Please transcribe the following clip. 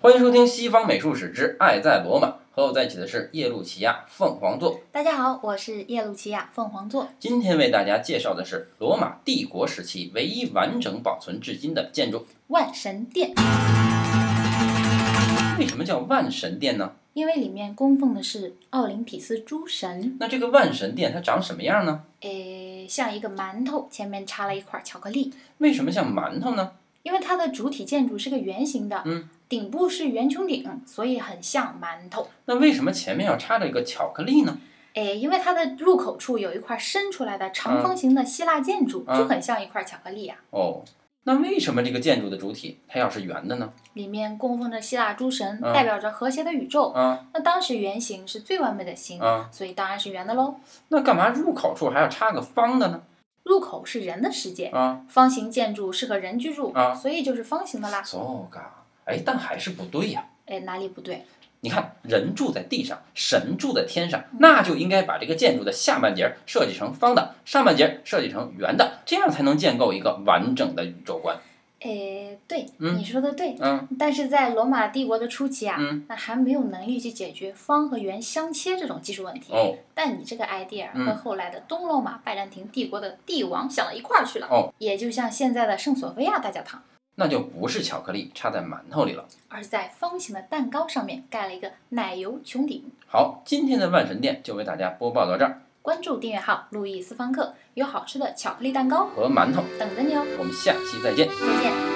欢迎收听《西方美术史之爱在罗马》，和我在一起的是耶路齐亚凤凰座。大家好，我是耶路齐亚凤凰座。今天为大家介绍的是罗马帝国时期唯一完整保存至今的建筑。万神殿，为什么叫万神殿呢？因为里面供奉的是奥林匹斯诸神，那这个万神殿它长什么样呢？诶，像一个馒头，前面插了一块巧克力。为什么像馒头呢？因为它的主体建筑是个圆形的，嗯，顶部是圆穹顶，所以很像馒头。那为什么前面要插着一个巧克力呢？诶，因为它的入口处有一块伸出来的长方形的希腊建筑，嗯就很像一块巧克力啊。哦，那为什么这个建筑的主体它要是圆的呢？里面供奉着希腊诸神，嗯代表着和谐的宇宙。啊那当时圆形是最完美的形，啊，所以当然是圆的喽。那干嘛入口处还要插个方的呢？入口是人的世界，啊方形建筑适合人居住，啊所以就是方形的啦。 ，so ga，哎，但还是不对呀、哎，哪里不对？你看，人住在地上，神住在天上，那就应该把这个建筑的下半截儿设计成方的，上半截儿设计成圆的，这样才能建构一个完整的宇宙观。哎，对，嗯你说的对。嗯但是在罗马帝国的初期啊，嗯，那还没有能力去解决方和圆相切这种技术问题。哦但你这个 idea 嗯和后来的东罗马拜占庭帝国的帝王想到一块儿去了。哦，也就像现在的圣索菲亚大教堂，那就不是巧克力插在馒头里了。而是在方形的蛋糕上面盖了一个奶油穹顶。好，今天的万神殿就为大家播报到这儿，关注订阅号“路易斯方克”，有好吃的巧克力蛋糕和馒头，等着你哦！我们下期再见。再见。